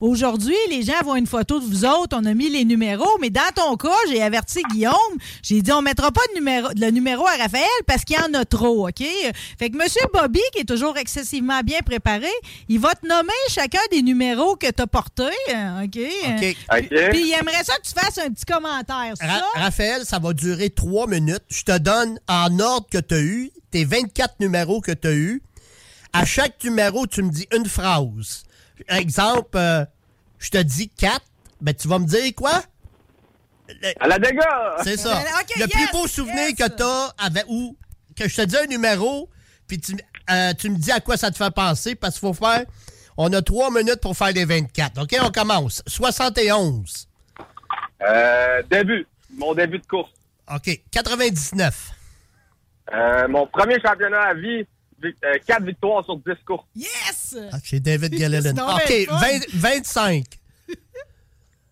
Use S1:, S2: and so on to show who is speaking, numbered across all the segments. S1: Aujourd'hui, les gens vont une photo de vous autres. On a mis les numéros, mais dans ton cas, j'ai averti Guillaume. J'ai dit, on mettra pas de numéro, le numéro à Raphaël parce qu'il y en a trop, OK? Fait que Monsieur Bobby, qui est toujours excessivement bien préparé, il va te nommer chacun des numéros que t'as portés, euh, OK?
S2: OK.
S1: Puis, puis il aimerait ça que tu fasses un petit commentaire sur
S2: Ra-
S1: ça.
S2: Raphaël, ça va durer trois minutes. Je te donne en ordre que tu as eu, tes 24 numéros que tu as eu. À chaque numéro, tu me dis une phrase. Exemple, euh, je te dis 4, ben tu vas me dire quoi?
S3: À la dégâts!
S2: C'est ça.
S1: Ben, ok,
S2: le plus
S1: yes,
S2: beau souvenir
S1: yes.
S2: que tu as avec ou que je te dis un numéro, puis tu, euh, tu me dis à quoi ça te fait penser, parce qu'il faut faire. On a trois minutes pour faire les 24. OK, on commence. 71.
S3: Euh, début. Mon début de course.
S2: OK. 99.
S3: Euh, mon premier championnat à vie, 4 victoires sur 10 courses.
S1: Yes!
S2: Ah, chez David Gallelin.
S1: C'est donc
S2: OK,
S1: bien le fun.
S2: 20 25.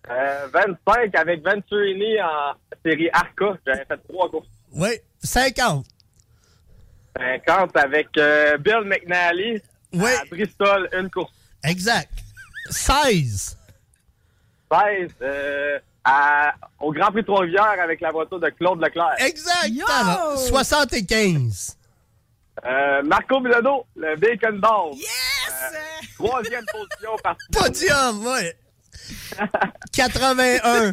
S3: Euh, 25 avec Venturini en série Arca. J'avais fait 3 courses.
S2: Oui. 50.
S3: 50 avec euh, Bill McNally
S2: Oui.
S1: Ah,
S3: à Bristol, une course.
S2: Exact. 16.
S3: 16 euh, à- au Grand Prix de Trois-Rivières avec la voiture de Claude Leclerc.
S2: Exact.
S1: Yo!
S2: T'as- 75.
S3: Euh, Marco Milano, le Bacon d'or.
S1: Yes!
S3: Troisième position par
S2: Podium, oui. 81.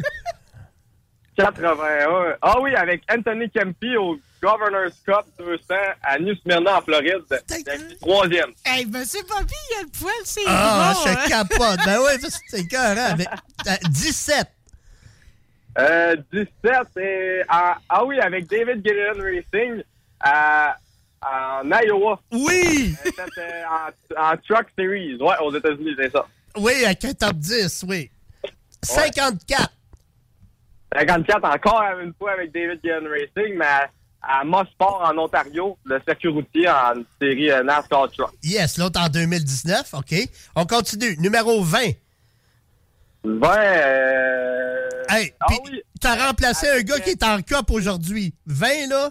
S3: 81. Ah oui, avec Anthony Kempi au Governor's Cup 200 à New Smyrna, en Floride. Ben,
S2: T'as-
S3: Troisième.
S1: Hey, Monsieur Bobby, il a le poil, c'est
S2: Ah,
S1: drôle, hein?
S2: je capote. Ben oui, ça, c'est écœurant. Mais, euh, 17.
S3: Euh, 17, et, ah, ah oui, avec David Gillian Racing à, en Iowa.
S2: Oui.
S3: C'était en, en Truck Series. Ouais, aux États-Unis, c'est ça.
S2: Oui, avec un top 10, oui. 54.
S3: 54 encore une fois avec David Gillian Racing, mais à, à Mossport, en Ontario, le circuit routier en série euh, NASCAR Truck.
S2: Yes, l'autre en 2019. OK. On continue. Numéro 20.
S3: 20, euh...
S2: Hey,
S3: ah
S2: puis
S3: oui.
S2: t'as remplacé un
S3: avec, Ah.
S2: gars qui est en cop aujourd'hui. 20, là.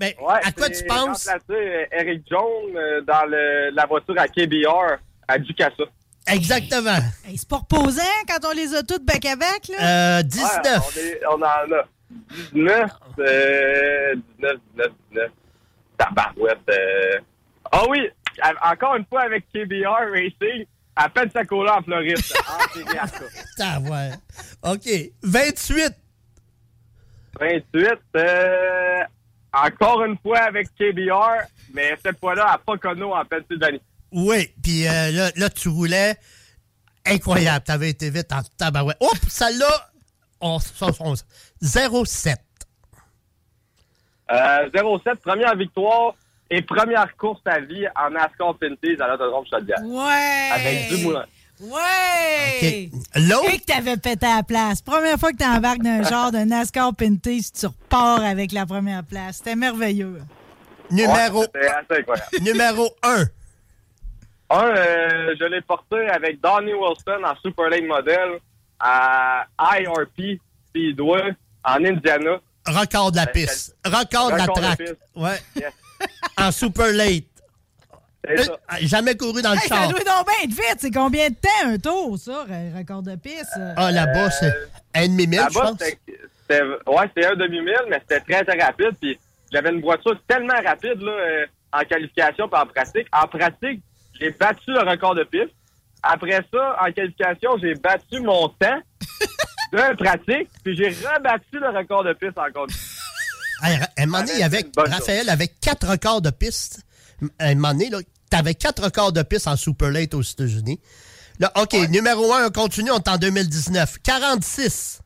S2: Mais
S3: Ouais,
S2: à quoi tu
S3: j'ai
S2: penses?
S3: remplacé, euh, Eric Jones euh, dans le- la voiture à KBR à Ducassa.
S2: Exactement.
S1: Hey, c'est pas reposant quand on les a toutes back à back, là.
S2: Euh,
S3: Ouais,
S2: 19.
S3: on, est- on en a 19, euh, 19, 19, 19. Tabarouette. euh. Ah oui, a- encore une fois avec KBR Racing à Pensacola en Floride. Ah, en série A.
S2: Putain, ouais. OK. 28.
S3: 28, euh, encore une fois avec KBR, mais cette fois-là à Pocono en Pennsylvanie.
S2: Oui. Puis euh, là, là, tu roulais. Incroyable. T'avais été vite en tabarouette. Oups, celle-là, on, on, on- 07.
S3: Euh, 07, première victoire et première course à vie en NASCAR Pinties à l'autodrome Chaudière.
S1: Ouais!
S3: Avec du moulin.
S2: OK.
S1: Ouais! Et
S2: L'autre,
S1: que t'avais pété à la place. Première fois que t'embarques d'un genre de NASCAR Pinty, si tu repars avec la première place. C'était merveilleux.
S2: numéro,
S3: Ouais, C'est assez incroyable.
S2: numéro 1.
S3: Un, euh, je l'ai porté avec Donnie Wilson en Super Lane Model à IRP Speedway en Indiana.
S2: Record de la piste. Record de la
S3: Ben, Record de
S2: track.
S3: piste.
S2: Ouais.
S3: Yes,
S2: En super late.
S3: c'est ça.
S2: Euh, Jamais couru dans le
S1: Hey, ça
S2: char.
S1: doit donc bien être vite. C'est combien de temps un tour, ça, re- record de piste?
S2: Ah,
S3: Euh,
S2: là-bas, c'est un et demi mille, je
S3: Là-bas,
S2: pense.
S3: c'était c'était- ouais, c'était un demi-mille, mais c'était très, très rapide. Puis j'avais une voiture tellement rapide là, euh, en qualification puis en pratique. En pratique, J'ai battu le record de piste. Après ça, en qualification, j'ai battu mon temps de pratique, puis j'ai rebattu le record de piste encore. une fois.
S2: Hey, Ra- un moment donné, il y avait-
S3: Bonne chose.
S2: Raphaël avait quatre records de piste. M- Un moment donné, là, t'avais quatre records de piste en Super Late aux États-Unis. Là, OK, numéro un, on continue, on est en 2019. 46.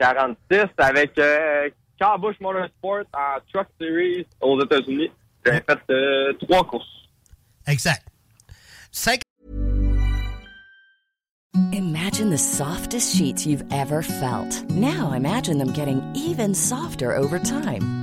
S3: 46 avec euh, Car Busch Motorsport en Truck Series aux États-Unis. J'ai fait euh, trois courses.
S2: Exact. 5
S4: Imagine the softest sheets you've ever felt. Now imagine them getting even softer over time.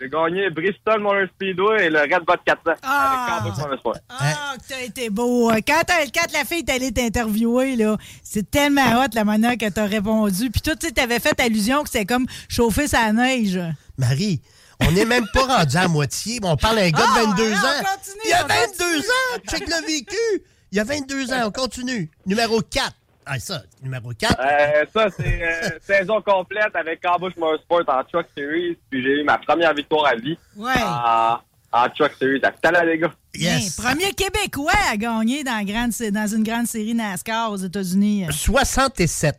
S3: j'ai gagné Bristol Motor Speedway et le Red Bull 400
S1: Ah!
S3: avec Car Busch Motorsport.
S2: hein.
S1: Ah, que t'as été beau. hein. Quand, t'as- quand la fille est allée t'interviewer, là, c'est tellement hot la manière que t'as répondu. Puis toi, tu sais, t'avais fait allusion que c'était comme chauffer sa neige.
S2: Marie, on n'est même pas rendu à moitié. mais On parle à un gars
S1: Ah,
S2: de 22
S1: alors,
S2: ans.
S1: on continue,
S2: il y a
S1: on
S2: 22
S1: continue.
S2: ans. Check le vécu. Il y a 22 ans. On continue. Numéro 4. Ah, ça, numéro 4.
S3: Euh, ça, c'est euh, saison complète avec Car Busch Motorsport en Truck Series. Puis j'ai eu ma première victoire à vie
S1: Ouais.
S3: en, en Truck Series à Talladega.
S2: Ah, yes.
S1: Bien, premier Québécois à gagner dans, grande, dans une grande série NASCAR aux États-Unis.
S2: 67.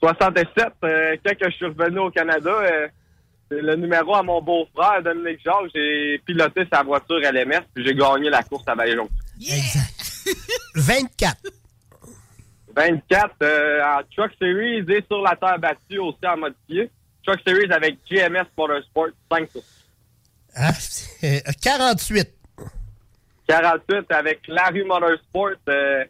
S3: 67, euh, quand que je suis revenu au Canada, euh, c'est le numéro à mon beau-frère, Dominique Jacques. J'ai piloté sa voiture LMS, puis j'ai gagné la course à Vallée-Jonction.
S2: Exact. 24.
S3: 24 euh, en Truck Series et sur la terre battue aussi en modifié. Truck Series avec GMS Motorsport, 5 courses.
S2: Ah, c'est- euh, 48.
S3: 48 avec Larue Motorsport, euh,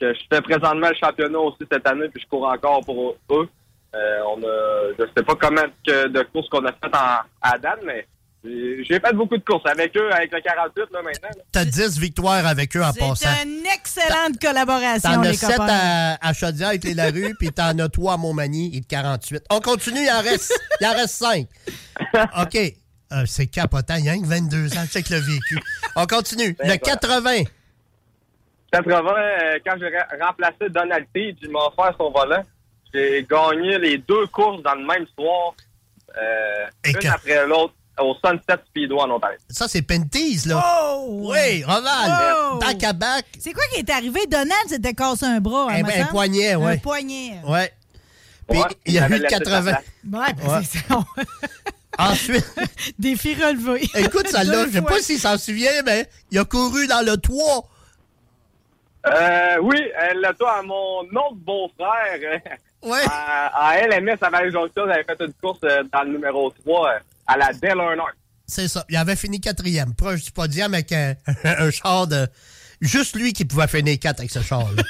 S3: que je fais présentement le championnat aussi cette année, puis je cours encore pour eux. Euh, on a, je sais pas comment que- de courses qu'on a faites en, à Dan, mais j'ai j'ai fait beaucoup de courses avec eux, avec le 48 là maintenant. là.
S2: T'as 10 victoires avec eux en
S1: C'est
S2: passant.
S1: une excellente collaboration,
S2: T'en as
S1: les
S2: 7
S1: copains.
S2: à, à Chaudière et Larue, puis t'en as 3 à Montmagny et de 48. On continue, il en reste, il en reste 5. OK. Euh, c'est capotant, il y a rien que 22 ans, check le vécu. On continue. Le
S3: voilà.
S2: 80.
S3: 80, euh, quand j'ai re- remplacé Donald Teed, il m'a offert son volant. J'ai gagné les deux courses dans le même soir, euh,
S2: Et
S3: une
S2: que-
S3: après l'autre, au Sunset Speedway en Ontario.
S2: Ça, c'est Penties, là.
S1: Oh!
S2: Oui, Roval.
S1: Oh!
S2: Back à back.
S1: C'est quoi qui est arrivé? Donald s'était cassé un bras. hein, me
S2: Un- Eh ben, un
S1: semble?
S2: poignet, ouais.
S1: Un poignet.
S2: Ouais. Puis
S3: Ouais,
S2: il y a
S3: j'avais
S2: eu le
S3: laissé
S2: 80.
S3: sa place.
S1: Ouais, ben,
S2: Ouais.
S1: c'est ça.
S2: Ensuite,
S1: Défi relevé.
S2: écoute celle-là,
S1: Deux
S2: je sais
S1: fois.
S2: pas s'il s'en souvient, mais il a couru dans le 3.
S3: Euh, oui, elle l'a toi à mon autre beau-frère. euh,
S2: Ouais.
S3: À, à LMS à Valley-Jonction, j'avais fait une course euh, dans le numéro 3 euh, à la Dell Earnhardt.
S2: C'est ça. Il avait fini quatrième, proche du podium avec un, un char de. Juste lui qui pouvait finir quatre avec ce char-là.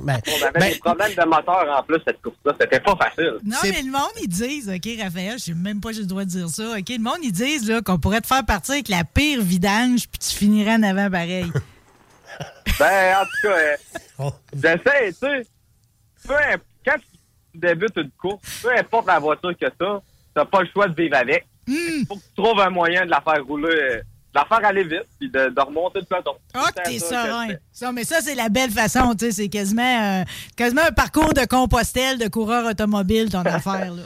S2: Ben,
S3: On avait
S2: ben,
S3: des problèmes de moteur en plus, cette course-là. C'était pas facile.
S1: Non,
S2: C'est-
S1: mais le monde, ils disent, OK, Raphaël, je sais même pas si j'ai le droit de dire ça, OK, le monde, ils disent là, qu'on pourrait te faire partir avec la pire vidange, puis tu finirais en avant pareil.
S3: Ben, en tout cas, euh,
S2: oh,
S3: J'essaie, tu sais. Peu importe, quand tu débutes une course, peu importe la voiture que t'as, t'as pas le choix de vivre avec. Il Faut que tu trouves un moyen de la faire rouler, euh, de la faire aller vite, puis de, de remonter le peloton.
S1: Oh,
S3: C'est
S1: t'es
S3: ça que
S1: serein.
S3: je fais.
S1: Ça, mais ça, c'est la belle façon, tu sais. C'est quasiment, euh, quasiment un parcours de compostelle de coureur automobile, ton affaire, là.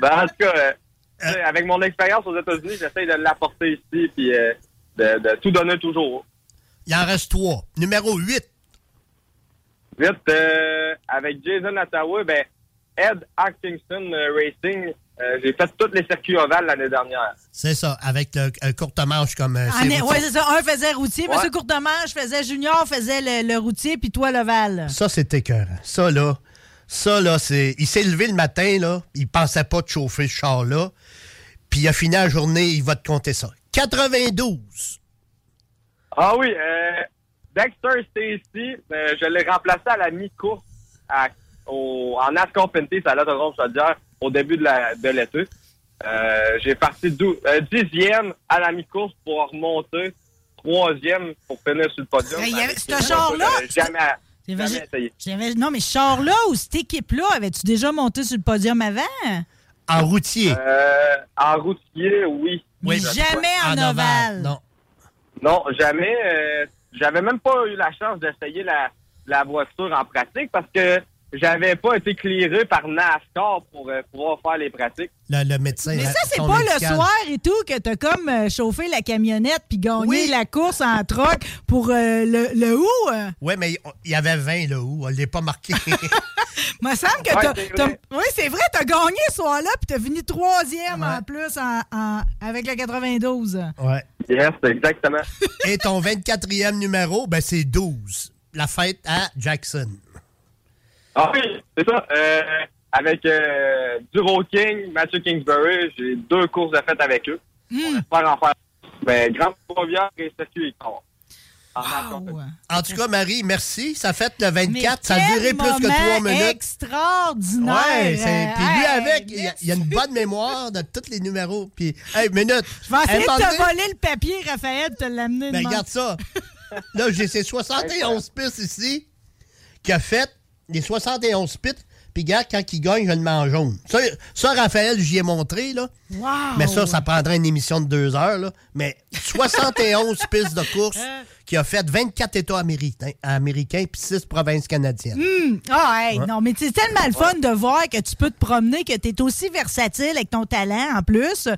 S3: Ben, en tout cas, euh, tu sais, avec mon expérience aux États-Unis, j'essaie de l'apporter ici, puis euh, de, de tout donner toujours.
S2: il en reste trois. Numéro 8.
S3: Vite, euh, avec Jason Attaway, ben, Ed Atkinson euh, Racing, Euh, j'ai fait tous les circuits ovales l'année dernière.
S2: C'est ça, avec le euh, courte manche comme. euh,
S1: Ah,
S2: c'est
S1: mais-
S2: routier.
S1: ouais, c'est ça. Un faisait routier,
S3: Ouais.
S1: monsieur Courtemanche faisait junior, faisait le, le routier, puis toi, l'ovale.
S2: Ça, c'est écœurant. Ça, là, ça, là, c'est. Il s'est levé le matin, là. Il pensait pas de chauffer ce char-là. Puis il a fini la journée, il va te compter ça. 92.
S3: Ah oui, euh, Dexter Stacy, euh, je l'ai remplacé à la mi-course à- au- en Ascon Fenty, à l'autodrome Chaudière, au début de la- de l'été. Euh, j'ai parti dou- euh, dixième à la mi-course pour remonter troisième pour finir sur le podium.
S1: Hey, il y avait-
S3: Avec
S1: ce
S3: une auto
S1: genre-là,
S3: que j'avais Jamais,
S1: J'avais-
S3: jamais essayé.
S1: j'avais- Non, mais ce char-là ou cette équipe-là, avais-tu déjà monté sur le podium avant?
S2: En routier.
S3: Euh, en routier, oui.
S1: Mais
S2: parce-
S1: jamais en, ovale.
S2: Non.
S3: Non, jamais. euh, j'avais même pas eu la chance d'essayer la, la voiture en pratique parce que j'avais pas été clearé par NASCAR pour euh, pouvoir faire les pratiques.
S2: Le, le médecin.
S1: Mais
S2: la-
S1: ça, c'est
S2: son
S1: pas
S2: médical.
S1: le soir et tout que t'as comme euh, chauffé la camionnette puis gagné
S2: Oui.
S1: la course en troc pour euh, le, le où? euh?
S2: Ouais, mais on- il y avait 20, là, où? On l'a pas marqué.
S1: Me semble que
S3: Ouais,
S1: t'as-
S3: c'est
S1: t'as.
S3: vrai.
S1: Oui, c'est vrai, t'as gagné ce soir-là puis t'as fini troisième
S2: Ouais.
S1: en plus en- en- avec le 92.
S2: ouais.
S3: Yes, exactement.
S2: Et ton 24e numéro, ben, c'est 12. La fête à Jackson.
S3: Ah oui, c'est ça. Euh, avec euh, Duro King, Matthew Kingsbury, j'ai deux courses de fête avec eux. On espère en faire. Mais Grande Rivière et Circuit Écart. En NASCAR.
S1: Wow.
S2: En tout cas, Marie, merci. Ça fête le
S1: Mais
S2: 24. Ça a
S1: quel
S2: duré plus que
S1: moment
S2: 3 minutes.
S1: extraordinaire.
S2: Ouais, c'est- puis lui
S1: Hey,
S2: avec, il y a- il y a une bonne mémoire de tous les numéros. Puis, hey, minute.
S1: Je vais essayer de
S2: Attendez.
S1: te voler le papier, Raphaël, de te l'amener
S2: Ben,
S1: demain.
S2: regarde ça. Là, j'ai ces 71 pistes ici qui a fait les 71 pistes. Puis, regarde, quand il gagne, je le mets en jaune. Ça, ça, Raphaël, j'y ai montré, là.
S1: Wow.
S2: Mais ça, ça prendrait une émission de deux heures, là. Mais 71 pistes de course qui a fait 24 États américains, américains puis 6 provinces canadiennes.
S1: Ah, hey, non, mais c'est tellement le fun de voir que tu peux te promener, que tu es aussi versatile avec ton talent en plus.